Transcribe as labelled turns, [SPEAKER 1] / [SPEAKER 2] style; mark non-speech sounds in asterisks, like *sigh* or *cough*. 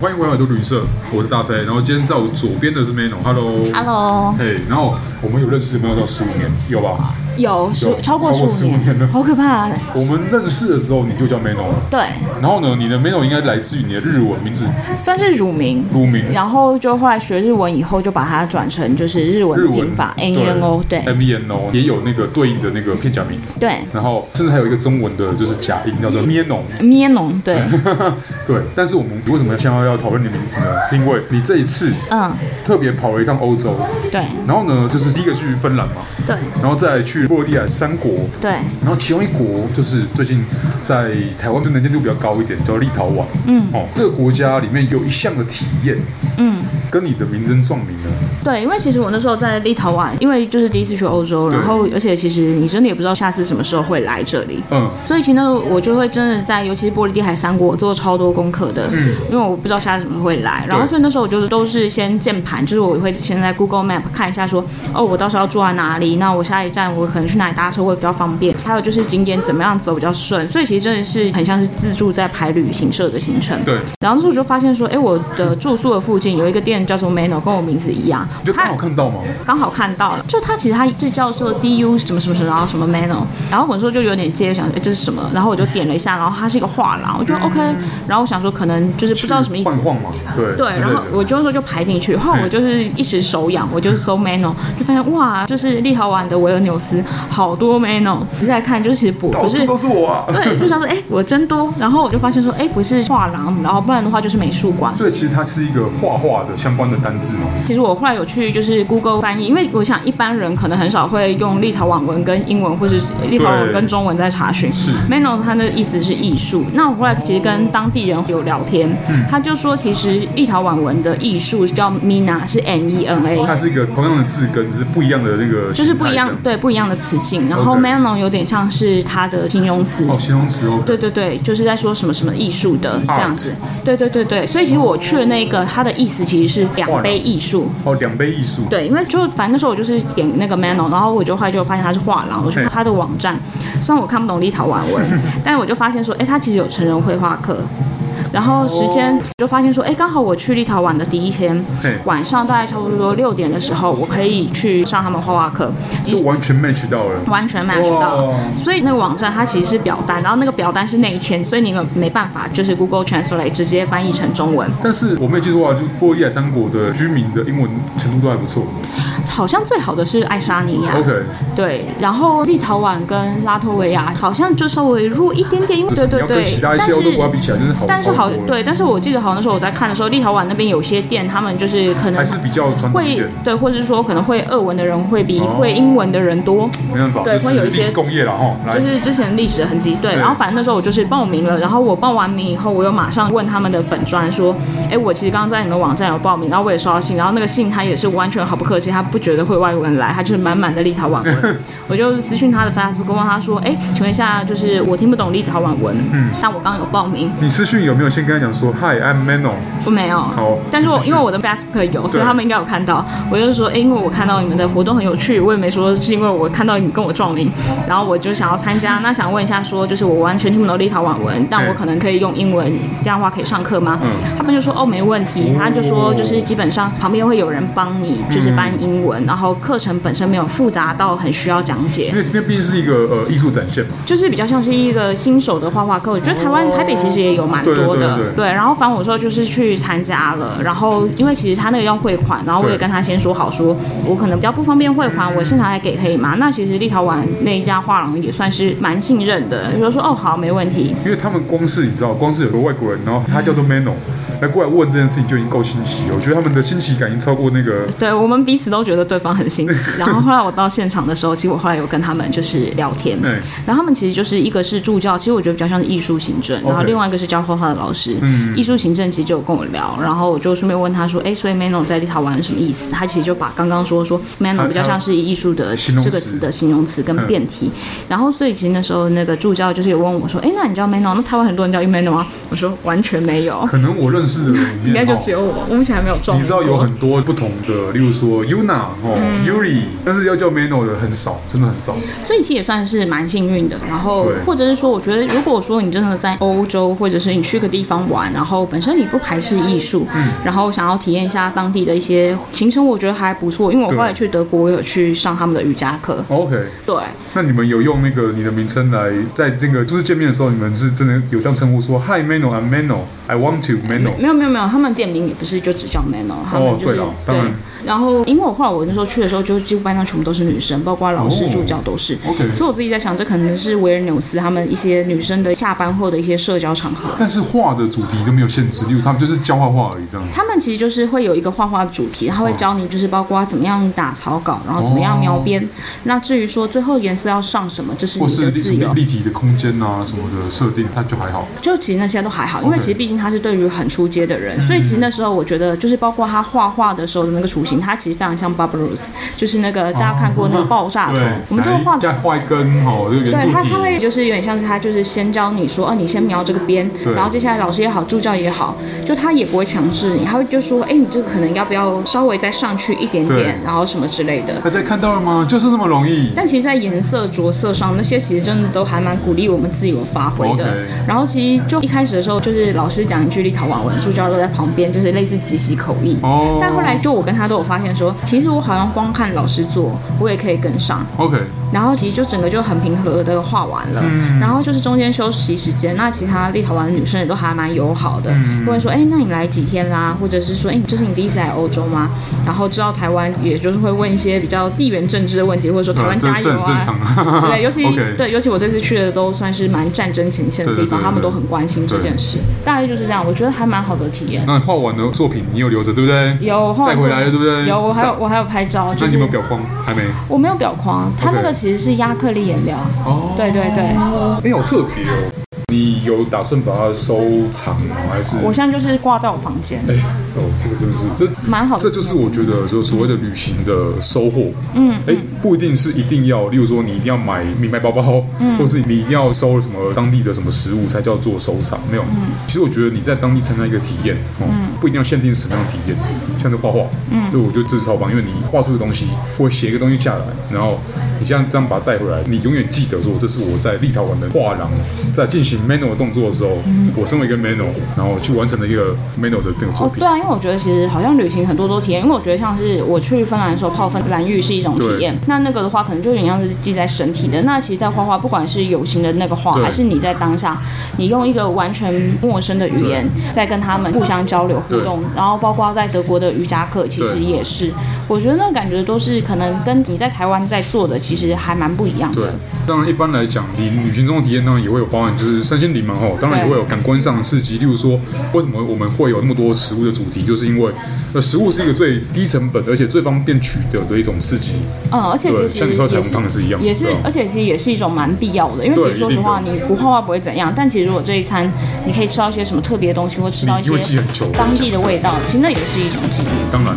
[SPEAKER 1] 欢迎回来，都旅社，我是大飞。然后今天在我左边的是 Mano，Hello。
[SPEAKER 2] Hello，
[SPEAKER 1] 嘿，然后我们有认识没有到十五年，有吧？
[SPEAKER 2] 有
[SPEAKER 1] 有
[SPEAKER 2] 十超过
[SPEAKER 1] 超过
[SPEAKER 2] 十五
[SPEAKER 1] 15年了
[SPEAKER 2] 好可怕、啊。
[SPEAKER 1] 我们认识的时候你就叫 Mano 了，
[SPEAKER 2] 对，
[SPEAKER 1] 然后呢，你的 Mano 应该来自于你的日文名字
[SPEAKER 2] 算是乳名。
[SPEAKER 1] 乳名
[SPEAKER 2] 然后就后来学日文以后，就把它转成就是日文
[SPEAKER 1] 日
[SPEAKER 2] 的
[SPEAKER 1] 文
[SPEAKER 2] 拼法 N E N O，对
[SPEAKER 1] ，M E N O 也有那个对应的那个片假名，
[SPEAKER 2] 对，
[SPEAKER 1] 然后甚至还有一个中文的就是假音叫
[SPEAKER 2] 嗯
[SPEAKER 1] 做 Mano。
[SPEAKER 2] 咩农对，
[SPEAKER 1] *laughs* 对，但是我们为什么现在要讨论你的名字呢？是因为你这一次
[SPEAKER 2] 嗯，
[SPEAKER 1] 特别跑了一趟欧洲，
[SPEAKER 2] 对
[SPEAKER 1] 然后呢，就是第一个去芬兰嘛，
[SPEAKER 2] 对
[SPEAKER 1] 然后再去波罗的海三国，
[SPEAKER 2] 对，
[SPEAKER 1] 然后其中一国就是最近在台湾就能见度比较高一点，叫立陶宛。嗯，哦，这个国家里面有一项的体验，
[SPEAKER 2] 嗯，
[SPEAKER 1] 跟你的名声撞名了。
[SPEAKER 2] 对，因为其实我那时候在立陶宛，因为就是第一次去欧洲，
[SPEAKER 1] 对
[SPEAKER 2] 然后而且其实你真的也不知道下次什么时候会来这里，
[SPEAKER 1] 嗯，
[SPEAKER 2] 所以其实呢，我就会真的在，尤其是波罗的海三国，我做超多功课的，
[SPEAKER 1] 嗯
[SPEAKER 2] 因为我不知道下次什么时候会来，然后所以那时候我就是都是先键盘，就是我会先在 Google Map 看一下说，哦，我到时候要住在哪里，那我下一站我可能去哪里搭车会比较方便，还有就是景点怎么样走比较顺，所以其实真的是很像是自助在排旅行社的行程。
[SPEAKER 1] 对，
[SPEAKER 2] 然后那时候我就发现说，哎，我的住宿的附近有一个店叫做 Mano，跟我名字一样，
[SPEAKER 1] 就刚好看到嘛。
[SPEAKER 2] 刚好看到了，就他其实他是叫做 DU 什么什么什么，然后什么 Mano，然后我说就有点介意，想哎这是什么，然后我就点了一下，然后它是一个画廊，
[SPEAKER 1] 嗯
[SPEAKER 2] 我觉得 OK，然后我想说可能就是不知道什么意思
[SPEAKER 1] 晃。晃嘛，对
[SPEAKER 2] 对，
[SPEAKER 1] 之类
[SPEAKER 2] 然后
[SPEAKER 1] 的嗯
[SPEAKER 2] 我就说就排进去，后来我就是一时手痒，我就搜 Mano，就发现哇，就是立陶宛的维尔纽斯好多 Mano，仔细来看就是不
[SPEAKER 1] 到
[SPEAKER 2] 不是
[SPEAKER 1] 处都是我啊。
[SPEAKER 2] 对，就想说哎、我真多，然后我就发现说哎、不是画廊，然后不然的话就是美术馆，
[SPEAKER 1] 所以其实它是一个画画的相关的单字嘛。
[SPEAKER 2] 其实我后来有去就是 Google 翻译，因为我想一般人可能很少会用立陶宛文跟英文或是立陶宛文跟中文在查询。
[SPEAKER 1] 是
[SPEAKER 2] Mano 它的意思是艺术。那我后来其实跟当地人有聊天，他就说其实立陶宛文的艺术叫 Mina，是 M E N A。
[SPEAKER 1] 它是一个同样的字根，哦只是不一样的那个形态这子，
[SPEAKER 2] 就是不一样，对，不一样的词性。然后
[SPEAKER 1] OK
[SPEAKER 2] Mano 有点像是它的形容词，
[SPEAKER 1] 哦，形容词哦，
[SPEAKER 2] 对对对，就是在说什么什么艺术的这
[SPEAKER 1] Art
[SPEAKER 2] 样子。对对对对，所以其实我去的那个，它的意思其实是
[SPEAKER 1] 画
[SPEAKER 2] 两
[SPEAKER 1] 廊
[SPEAKER 2] 杯艺术。
[SPEAKER 1] 哦，两杯艺术，
[SPEAKER 2] 对，因为就反正那时候我就是点那个 Mano，然后我就后来就发现它是画廊，我去看它的网站，虽然我看不懂立陶宛
[SPEAKER 1] *laughs*
[SPEAKER 2] 文，但我就发现说，哎，它其实有成人绘画课。然后时间就发现说，哎，刚好我去立陶宛的第一天
[SPEAKER 1] 哦对
[SPEAKER 2] 晚上，大概差不多六点的时候，我可以去上他们画画课，其
[SPEAKER 1] 就
[SPEAKER 2] 实
[SPEAKER 1] 完全 match 到了。
[SPEAKER 2] 完全 match 到
[SPEAKER 1] 哇。
[SPEAKER 2] 所以那个网站它其实是表单，然后那个表单是内嵌，所以你们没办法就是 Google Translate 直接翻译成中文。
[SPEAKER 1] 但是我没有记错啊，就是波罗的海三国的居民的英文程度都还不错。
[SPEAKER 2] 好像最好的是爱沙尼亚。
[SPEAKER 1] OK，
[SPEAKER 2] 对，然后立陶宛跟拉脱维亚好像就稍微弱一点点，因为
[SPEAKER 1] 就是
[SPEAKER 2] 对
[SPEAKER 1] 你要
[SPEAKER 2] 对对
[SPEAKER 1] 跟其，他一
[SPEAKER 2] 但
[SPEAKER 1] 些欧洲国家比
[SPEAKER 2] 是
[SPEAKER 1] 起来，真是好，
[SPEAKER 2] 但是好
[SPEAKER 1] 多了
[SPEAKER 2] 对，但是我记得好像那时候我在看的时候，立陶宛那边有些店，他们就是可能
[SPEAKER 1] 还是比较传统一
[SPEAKER 2] 会
[SPEAKER 1] 点，
[SPEAKER 2] 对，或者是说可能会俄文的人会比
[SPEAKER 1] 哦
[SPEAKER 2] 会英文的人多。
[SPEAKER 1] 没办法，
[SPEAKER 2] 对
[SPEAKER 1] 就是
[SPEAKER 2] 会有一
[SPEAKER 1] 历史
[SPEAKER 2] 些
[SPEAKER 1] 工业了哈。来
[SPEAKER 2] 就，是之前历史的痕迹，对，
[SPEAKER 1] 对
[SPEAKER 2] 然后反正那时候我就是报名了，然后我报完名以后，我又马上问他们的粉砖说，哎，我其实刚刚在你们网站有报名，然后我也收到信，然后那个信他也是完全毫不客气，他不觉得会外国人来，他就是满满的立陶宛 *laughs* 文，我就私讯他的 Facebook 问他说，哎，请问一下，就是我听不懂立陶宛文，嗯，但我刚刚有报名，
[SPEAKER 1] 你私讯有没有先跟他讲说，Hi，I'm Mano，
[SPEAKER 2] 我没有
[SPEAKER 1] 好，
[SPEAKER 2] 但是我
[SPEAKER 1] 请继续
[SPEAKER 2] 因为我的 Facebook 有，所
[SPEAKER 1] 对
[SPEAKER 2] 以他们应该有看到。我就说，诶因为我看到你们的活动很有趣，我也没说是因为我看到你跟我撞名，然后我就想要
[SPEAKER 1] *laughs*
[SPEAKER 2] 参加。那想问一下说就是我完全听不懂立陶宛文，但
[SPEAKER 1] 嗯
[SPEAKER 2] 我可能可以用英文，这样的话可以上课吗？
[SPEAKER 1] 嗯
[SPEAKER 2] 他们就说哦，没问题。他就说
[SPEAKER 1] 哦
[SPEAKER 2] 就是基本上旁边会有人帮你就是翻
[SPEAKER 1] 嗯
[SPEAKER 2] 英文，然后课程本身没有复杂到很需要讲解
[SPEAKER 1] 因。为那毕竟是一个呃艺术展现嘛，
[SPEAKER 2] 就是比较像是一个新手的画画课，我觉得台湾台北其实也有蛮多的，
[SPEAKER 1] 对对对对
[SPEAKER 2] 然后反正我说就是去参加了，然后因为其实他那个要汇款，然后我也
[SPEAKER 1] 对
[SPEAKER 2] 跟他先说好说，我可能比较不方便汇款，我现场来给可以吗？那其实立陶宛那一家画廊也算是蛮信任的，就说哦好没问题，
[SPEAKER 1] 因为他们光是你知道，光是有个外国人，然后他叫做 Mano，来过来问这件事情就已经够新奇了。我觉得他们的新奇感已经超过那个
[SPEAKER 2] 对我们彼此都觉得对方很新奇。然后后来我到现场的时候，其实我后来有跟他们就是聊天，
[SPEAKER 1] 对
[SPEAKER 2] 然后他们其实就是一个是助教，其实我觉得比较像是艺术行政，然后
[SPEAKER 1] OK 嗯
[SPEAKER 2] 另外一个是教画画的老师。艺术行政其实就有跟我聊，然后我就顺便问他说，哎，所以 Mano 在立陶宛是什么意思？他其实就把刚刚说说 Mano 比较像是艺术的
[SPEAKER 1] 形容词
[SPEAKER 2] 这个词的形容词跟变体。然后所以其实那时候那个助教就是有问我说，哎，那你知道 Mano？那台湾很多人叫 Mano 啊吗？我说完全没有。
[SPEAKER 1] 可能我认认识的人里面，
[SPEAKER 2] 应该就
[SPEAKER 1] 哦
[SPEAKER 2] 只有我，我目前还没有撞过。
[SPEAKER 1] 你知道有很多不同的，例如说 Yuna 哦、Yuri，但
[SPEAKER 2] 嗯
[SPEAKER 1] 是要叫 Mano 的很少，真的很少。
[SPEAKER 2] 所以其实也算是蛮幸运的。然后
[SPEAKER 1] 对
[SPEAKER 2] 或者是说，我觉得如果说你真的在欧洲，或者是你去个地方玩，然后本身你不排斥艺术，
[SPEAKER 1] 嗯
[SPEAKER 2] 然后想要体验一下当地的一些行程，我觉得还不错。因为我后来去德国，我有去上他们的瑜伽课。
[SPEAKER 1] 哦 OK，
[SPEAKER 2] 对，
[SPEAKER 1] 那你们有用那个你的名称来，在这个就是见面的时候，你们是真的有这样称呼说 Hi Mano，I'm Mano，I want to Mano。
[SPEAKER 2] 没有没有没有，他们店名也不是就只叫 Mano，他们就
[SPEAKER 1] 哦
[SPEAKER 2] 是、
[SPEAKER 1] 对啦当然
[SPEAKER 2] 然后因为我后来我那时候去的时候，就几乎班上全部都是女生，包括老师、
[SPEAKER 1] 哦
[SPEAKER 2] 助教都是。
[SPEAKER 1] OK，
[SPEAKER 2] 所以我自己在想，这可能是维尔纽斯他们一些女生的下班后的一些社交场合。
[SPEAKER 1] 但是画的主题就没有限制，例如他们就是教画画而已这样子。
[SPEAKER 2] 他们其实就是会有一个画画主题，他会
[SPEAKER 1] 哦
[SPEAKER 2] 教你就是包括怎么样打草稿，然后怎么样描边。
[SPEAKER 1] 哦
[SPEAKER 2] 那至于说最后颜色要上什么，这是
[SPEAKER 1] 或
[SPEAKER 2] 你
[SPEAKER 1] 是
[SPEAKER 2] 的
[SPEAKER 1] 立
[SPEAKER 2] 嗯自
[SPEAKER 1] 什么
[SPEAKER 2] 由。
[SPEAKER 1] 立体的空间啊什么的设定，它就还好。
[SPEAKER 2] 就其实那些都还好，因为
[SPEAKER 1] OK 嗯
[SPEAKER 2] 其实毕竟他是对于很出街的人，所以其实那时候我觉得就是包括他画画的时候的那个雏形，他其实非常像 Barbaros，就是那个大家看过那个爆炸头，
[SPEAKER 1] 哦对，
[SPEAKER 2] 啊我们就
[SPEAKER 1] 来
[SPEAKER 2] 会画
[SPEAKER 1] 再画一根哦，这个圆
[SPEAKER 2] 对
[SPEAKER 1] 柱
[SPEAKER 2] 他，
[SPEAKER 1] 体
[SPEAKER 2] 他。会就是有点像是他就是先教你说，哦，你先描这个边，
[SPEAKER 1] 对
[SPEAKER 2] 然后接下来老师也好，助教也好，就他也不会强制你，他会就说，哎，你这个可能要不要稍微再上去一点点
[SPEAKER 1] 对，
[SPEAKER 2] 然后什么之类的。
[SPEAKER 1] 大家看到了吗？ *laughs* 就是这么容易。
[SPEAKER 2] 但其实，在颜色着色上，那些其实真的都还蛮鼓励我们自由发挥的。
[SPEAKER 1] OK
[SPEAKER 2] 然后，其实就一开始的时候，就是老师讲一句立陶宛文，助教都在旁边，就是类似即席口译。
[SPEAKER 1] 哦
[SPEAKER 2] 但后来，就我跟他都有发现说，其实我好像光看老师做，我也可以跟上。
[SPEAKER 1] OK，
[SPEAKER 2] 然后其实就整个就很平和的画完了，
[SPEAKER 1] 嗯
[SPEAKER 2] 然后就是中间休息时间，那其他立陶宛女生也都还蛮友好的，
[SPEAKER 1] 嗯
[SPEAKER 2] 问说，哎，那你来几天啦？或者是
[SPEAKER 1] 啊
[SPEAKER 2] 说，哎，这是你第一次来欧洲吗？然后知道台湾，也就是会问一些比较地缘政治的问题，或者说台湾
[SPEAKER 1] 对，
[SPEAKER 2] 加
[SPEAKER 1] 这
[SPEAKER 2] 油
[SPEAKER 1] 这很正
[SPEAKER 2] 啊。
[SPEAKER 1] 常。哈
[SPEAKER 2] 之
[SPEAKER 1] 哈 *laughs*
[SPEAKER 2] 类，尤其
[SPEAKER 1] OK
[SPEAKER 2] 对，尤其我这次去的都算是蛮战争前线的地
[SPEAKER 1] 对对
[SPEAKER 2] 方，
[SPEAKER 1] 对对
[SPEAKER 2] 他们都很关心这件事，大概就是这样，我觉得还蛮好的体验。
[SPEAKER 1] 那你画完的作品你有留着对不对？
[SPEAKER 2] 有后来
[SPEAKER 1] 带回来了对不对
[SPEAKER 2] 有，我还有
[SPEAKER 1] 上
[SPEAKER 2] 我还有拍照，就
[SPEAKER 1] 那
[SPEAKER 2] 是
[SPEAKER 1] 你有没有表框？还没。
[SPEAKER 2] 我没有表框，它
[SPEAKER 1] OK
[SPEAKER 2] 那个其实是亚克力颜料，
[SPEAKER 1] 哦，
[SPEAKER 2] 对对对。
[SPEAKER 1] 哎，好特别哦。你有打算把它收藏吗？还是？
[SPEAKER 2] 我现在就是挂在我房间，
[SPEAKER 1] 哎，哦，这个真的是这
[SPEAKER 2] 蛮好的
[SPEAKER 1] 这就是我觉得就是所谓的旅行的收获。嗯，哎，不一定是一定要，例如说你一定要买名牌包包，
[SPEAKER 2] 嗯
[SPEAKER 1] 或是你一定要收什么当地的什么食物才叫做收藏，没有。
[SPEAKER 2] 嗯
[SPEAKER 1] 其实我觉得你在当地参加一个体验，哦，不一定要限定什么样的体验，像是画画，嗯，对，我觉得这是超棒，因为你画出一个东西或写一个东西下来，然后你这样这样把它带回来，你永远记得说这是我在立陶宛的画廊在进行 mano 的动作的时候，
[SPEAKER 2] 嗯
[SPEAKER 1] 我身为一个 mano，然后去完成了一个 mano 的这个作
[SPEAKER 2] 哦，
[SPEAKER 1] 品
[SPEAKER 2] 对。啊，因为我觉得其实好像旅行很多都体验，因为我觉得像是我去芬兰的时候泡芬兰浴是一种体验，那那个的话可能就有点像是记在身体的。那其实，在画画，不管是有形的那个画，
[SPEAKER 1] 对
[SPEAKER 2] 还是你在当下，你用一个完全陌生的语言在跟他们互相交流互
[SPEAKER 1] 对
[SPEAKER 2] 动，然后包括在德国的瑜伽课，其实
[SPEAKER 1] 对
[SPEAKER 2] 也是，我觉得那个感觉都是可能跟你在台湾在做的其实还蛮不一样
[SPEAKER 1] 对
[SPEAKER 2] 的。，
[SPEAKER 1] 当然一般来讲，你旅行中的体验当然也会有包含，就是身心灵嘛吼，当然也会有感官上的刺激。例如说，为什么我们会有那么多食物的主题，就是因为呃，食物是一个最低成本而且最方便取得的一种刺激。
[SPEAKER 2] 嗯，而且其
[SPEAKER 1] 对
[SPEAKER 2] 实
[SPEAKER 1] 像你喝彩
[SPEAKER 2] 也
[SPEAKER 1] 虹汤是一样
[SPEAKER 2] 也是
[SPEAKER 1] 对啊，
[SPEAKER 2] 而且其实也是一种蛮必要的，因为
[SPEAKER 1] 对
[SPEAKER 2] 其实说实话，
[SPEAKER 1] 一
[SPEAKER 2] 你不画画不会怎样，但其实如果这一餐你可以吃到一些什么特别的东西，或吃到一
[SPEAKER 1] 你因为记
[SPEAKER 2] 些
[SPEAKER 1] 很久
[SPEAKER 2] 当地的味道，其实那也是一种记忆。
[SPEAKER 1] 当然，